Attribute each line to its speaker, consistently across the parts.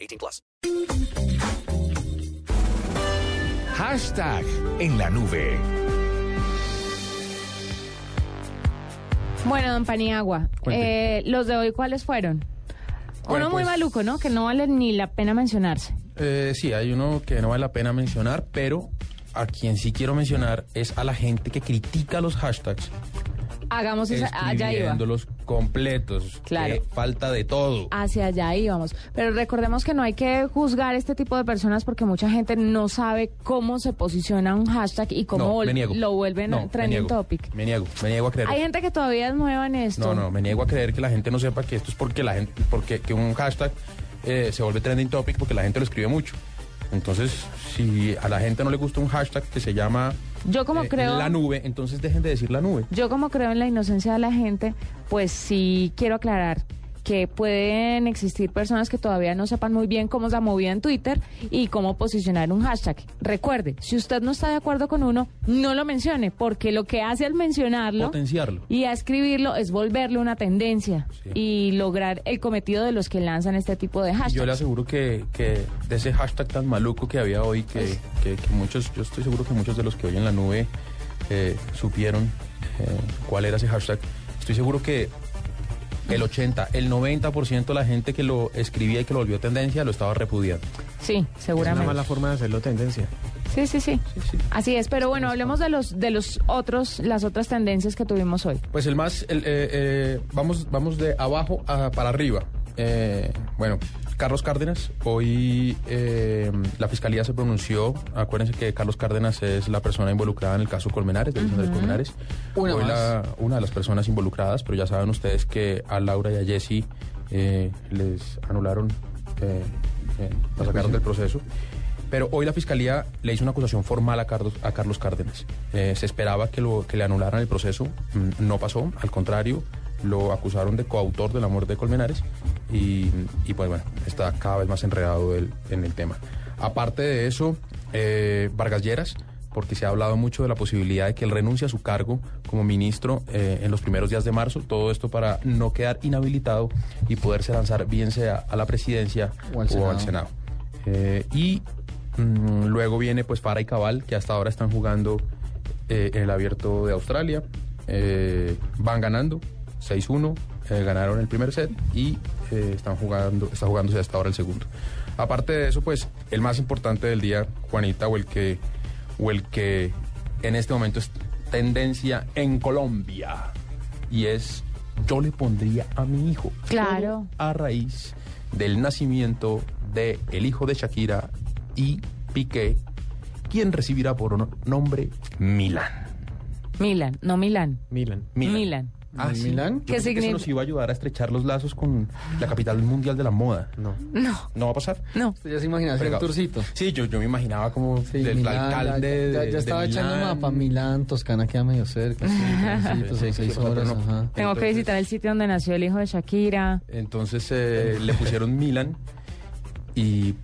Speaker 1: 18 plus.
Speaker 2: Hashtag en la nube.
Speaker 3: Bueno, don Paniagua, eh, los de hoy, ¿cuáles fueron? Uno
Speaker 4: pues,
Speaker 3: muy maluco, ¿no? Que no vale ni la pena mencionarse.
Speaker 4: Eh, sí, hay uno que no vale la pena mencionar, pero a quien sí quiero mencionar es a la gente que critica los hashtags,
Speaker 3: Hagamos esa... Allá ah, iba.
Speaker 4: escribiéndolos completos.
Speaker 3: Claro. Ah,
Speaker 4: Qué falta de todo.
Speaker 3: Hacia allá íbamos. Pero recordemos que no hay que juzgar este tipo de personas porque mucha gente no sabe cómo se posiciona un hashtag y cómo
Speaker 4: no,
Speaker 3: vol-
Speaker 4: me niego.
Speaker 3: lo vuelven
Speaker 4: No, me
Speaker 3: trending
Speaker 4: niego.
Speaker 3: topic.
Speaker 4: Me niego, me niego a creer.
Speaker 3: Hay gente que todavía es nueva en esto.
Speaker 4: No, no, me niego a creer que la gente no sepa que esto es porque la gente, porque que un hashtag eh, se vuelve trending topic porque la gente lo escribe mucho. Entonces, si a la gente no le gusta un hashtag que se llama
Speaker 3: Yo como
Speaker 4: eh,
Speaker 3: creo...
Speaker 4: la nube, entonces dejen de decir la nube.
Speaker 3: Yo como creo en la inocencia de la gente, pues sí quiero aclarar que pueden existir personas que todavía no sepan muy bien cómo es la movida en Twitter y cómo posicionar un hashtag. Recuerde, si usted no está de acuerdo con uno, no lo mencione, porque lo que hace al mencionarlo
Speaker 4: Potenciarlo.
Speaker 3: y a escribirlo es volverlo una tendencia
Speaker 4: Sí.
Speaker 3: y lograr el cometido de los que lanzan este tipo de hashtags.
Speaker 4: Yo le aseguro que, que de ese hashtag tan maluco que había hoy, que, que- que muchos, yo estoy seguro que muchos de los que oyen la nube eh, supieron eh, cuál era ese hashtag. Estoy seguro que el 80, el 90% de la gente que lo escribía y que lo volvió tendencia lo estaba repudiando.
Speaker 3: Sí, seguramente.
Speaker 5: forma de hacerlo tendencia.
Speaker 3: Sí, sí, sí.
Speaker 4: sí.
Speaker 3: Así es, pero bueno, hablemos de los de los otros las otras tendencias que tuvimos hoy.
Speaker 4: Pues el más, el, eh, eh, vamos, vamos de abajo a- para arriba. Eh, bueno, Carlos Cárdenas, hoy eh, la fiscalía se pronunció. Acuérdense que Carlos Cárdenas es la persona involucrada en el caso Colmenares, de Alexander Colmenares.
Speaker 6: Una
Speaker 4: Hoy
Speaker 6: más.
Speaker 4: la- una de las personas involucradas, pero ya saben ustedes que a Laura y a Jessy eh, les anularon, eh, eh, la sacaron del proceso. Pero hoy la fiscalía le hizo una acusación formal a Carlos, a Carlos Cárdenas. Eh, se esperaba que, lo, que le anularan el proceso, mm, no pasó, al contrario, lo acusaron de coautor de la muerte de Colmenares y, y, pues bueno, está cada vez más enredado el- en el tema. Aparte de eso, eh, Vargas Lleras, porque se ha hablado mucho de la posibilidad de que él renuncie a su cargo como ministro eh, en los primeros días de marzo, todo esto para no quedar inhabilitado y poderse lanzar bien sea a la presidencia
Speaker 5: O al
Speaker 4: al
Speaker 5: Senado.
Speaker 4: Senado. Eh, y mm, luego viene pues Fara y Cabal, que hasta ahora están jugando eh, en el abierto de Australia. Eh, van ganando 6-1, eh, ganaron el primer set y eh, están jugando, está jugándose hasta ahora el segundo. Aparte de eso, pues el más importante del día, Juanita, o el que, o el que en este momento es tendencia en Colombia, y es yo le pondría a mi hijo.
Speaker 3: Claro.
Speaker 4: a raíz del nacimiento de el hijo de Shakira y Piqué, quien recibirá por no- nombre Milán.
Speaker 3: Milan, no Milán.
Speaker 5: Milan.
Speaker 3: Milan.
Speaker 4: Ah, sí.
Speaker 5: ¿Milán?
Speaker 4: Yo
Speaker 3: ¿Qué
Speaker 4: pensé que
Speaker 3: significa?
Speaker 4: eso nos iba a ayudar a estrechar los lazos con la capital mundial de la moda.
Speaker 5: No.
Speaker 3: No,
Speaker 4: ¿No va a pasar?
Speaker 3: no.
Speaker 5: Usted ya se imagina hacer un
Speaker 4: Fregados.
Speaker 5: tourcito.
Speaker 4: Sí, yo, yo me imaginaba como
Speaker 5: Sí,
Speaker 4: el
Speaker 5: Milán,
Speaker 4: alcalde
Speaker 5: ya, ya-
Speaker 4: de-
Speaker 5: ya
Speaker 4: de
Speaker 5: estaba echando
Speaker 4: Milán.
Speaker 5: mapa. Milán, Toscana queda medio cerca. Sí, tourcito,
Speaker 7: pues
Speaker 4: sí,
Speaker 5: seis,
Speaker 4: sí,
Speaker 5: seis
Speaker 4: pero
Speaker 5: horas,
Speaker 4: no.
Speaker 5: ajá.
Speaker 3: Tengo que
Speaker 4: Entonces-
Speaker 3: visitar el sitio donde nació el hijo de Shakira.
Speaker 4: Entonces eh, le pusieron Milan y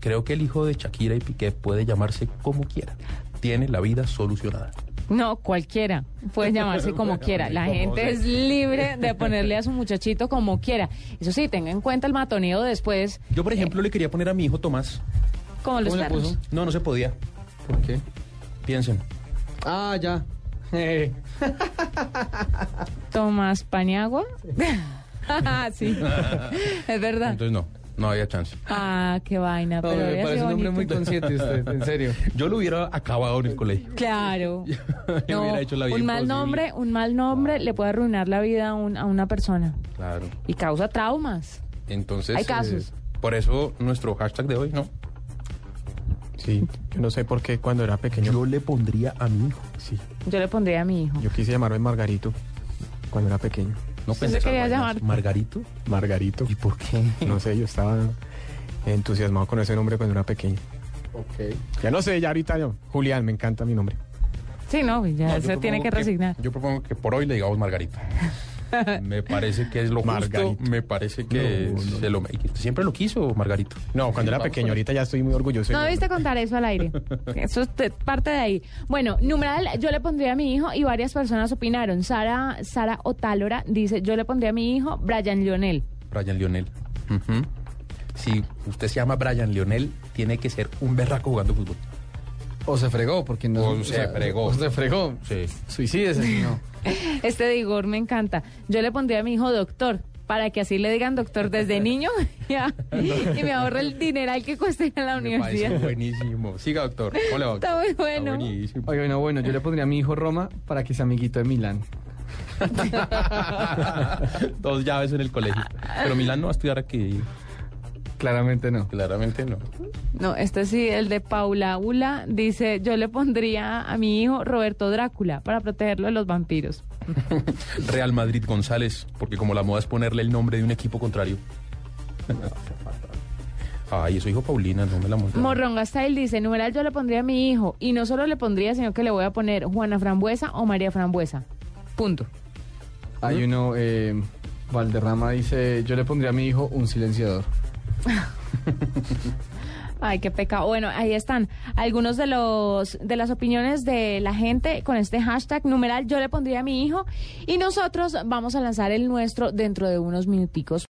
Speaker 4: creo que el hijo de Shakira y Piqué puede llamarse como quiera. Tiene la vida solucionada.
Speaker 3: No, cualquiera. Puede llamarse como quiera. La
Speaker 4: como
Speaker 3: gente
Speaker 4: sea.
Speaker 3: es libre de ponerle a su muchachito como quiera. Eso sí, tenga en cuenta el matoneo después,
Speaker 4: Yo, por ejemplo, le quería poner a mi hijo Tomás.
Speaker 3: como los
Speaker 5: ¿Cómo le
Speaker 3: perros.
Speaker 5: puso?
Speaker 4: No, no se podía.
Speaker 5: ¿Por qué?
Speaker 4: Piensen.
Speaker 5: Ah, ya.
Speaker 7: Eh,
Speaker 3: Tomás Paniagua. Ah, sí. es verdad.
Speaker 4: Entonces no, no había chance.
Speaker 3: Ah, qué vaina.
Speaker 5: No,
Speaker 3: Pero
Speaker 5: me
Speaker 3: había
Speaker 5: parece
Speaker 3: sido
Speaker 5: un hombre
Speaker 3: bonito.
Speaker 5: muy consciente usted, en serio.
Speaker 4: Yo lo hubiera acabado en el colegio.
Speaker 3: Claro.
Speaker 4: Le hubiera hecho la vida
Speaker 3: un mal
Speaker 4: imposible.
Speaker 3: nombre, un mal nombre le puede arruinar la vida a, un- a una persona
Speaker 4: Claro.
Speaker 3: y causa traumas.
Speaker 4: Entonces.
Speaker 3: Hay casos.
Speaker 4: eh, por eso nuestro hashtag de hoy, ¿no?
Speaker 5: Sí, yo no sé por qué cuando era pequeño.
Speaker 4: Yo le pondría a mi hijo.
Speaker 5: sí,
Speaker 3: Yo le pondría a mi hijo.
Speaker 5: yo quise llamarme Margarito cuando era pequeño.
Speaker 4: No
Speaker 3: Usted
Speaker 4: pensé
Speaker 3: se quería
Speaker 4: esas vainas.
Speaker 3: llamar-
Speaker 4: Margarito.
Speaker 5: Margarito.
Speaker 4: ¿Y por qué?
Speaker 5: No sé, yo estaba entusiasmado con ese nombre cuando era pequeño.
Speaker 4: Ok.
Speaker 5: Ya no sé, ya ahorita yo. Julián, me encanta mi nombre.
Speaker 3: Sí, no, ya
Speaker 4: No, yo
Speaker 3: se tiene
Speaker 4: propongo
Speaker 3: que resignar.
Speaker 4: Yo propongo que por hoy le digamos Margarita. Me parece que es lo justo,
Speaker 5: Margarita.
Speaker 4: me parece que
Speaker 5: No, no.
Speaker 4: se lo y que siempre lo quiso Margarita.
Speaker 5: No, cuando era
Speaker 4: Vamos
Speaker 5: pequeño,
Speaker 4: con-
Speaker 5: ahorita ya estoy muy orgulloso.
Speaker 8: No
Speaker 5: de-
Speaker 8: debiste contar eso al aire.
Speaker 3: Eso es de- parte de ahí.
Speaker 8: Bueno, numeral, yo le pondría a mi hijo y varias personas opinaron. Sara, Sara Otálora dice, yo le pondría a mi hijo Brian Lionel.
Speaker 4: Brian Lionel. Ujú. Si usted se llama Brian Lionel, tiene que ser un berraco jugando fútbol.
Speaker 7: O se fregó, porque no...
Speaker 4: O se fregó.
Speaker 7: o se fregó.
Speaker 4: Sí.
Speaker 7: Suicídese, si no.
Speaker 3: Este de Igor me encanta. Yo le pondría a mi hijo doctor, para que así le digan doctor desde niño ya, y me ahorre el dineral que cuesta ir a la
Speaker 4: Me parece
Speaker 3: universidad.
Speaker 4: buenísimo. Siga, doctor. Hola, doctor.
Speaker 3: Está muy bueno.
Speaker 4: buenísimo.
Speaker 7: Oye, no, bueno, yo le pondría a mi hijo Roma para que sea amiguito de Milán.
Speaker 4: Dos llaves en el colegio. Pero Milán no va a estudiar aquí.
Speaker 7: Claramente no.
Speaker 4: Claramente no.
Speaker 3: No, este sí, el de Paula Ula dice, yo le pondría a mi hijo Roberto Drácula para protegerlo de los vampiros.
Speaker 4: Real Madrid González, porque como la moda es ponerle el nombre de un equipo contrario. Ay, eso dijo Paulina, no me la monté.
Speaker 3: Morronga Style dice, numeral yo le pondría a mi hijo y no solo le pondría, sino que le voy a poner Juana Frambuesa o María Frambuesa. Punto.
Speaker 7: Hay uno, eh, Valderrama dice, yo le pondría a mi hijo un silenciador.
Speaker 3: Ay, qué pecado. Bueno, ahí están algunos de los de las opiniones de la gente con este hashtag numeral yo le pondría a mi hijo y nosotros vamos a lanzar el nuestro dentro de unos minuticos.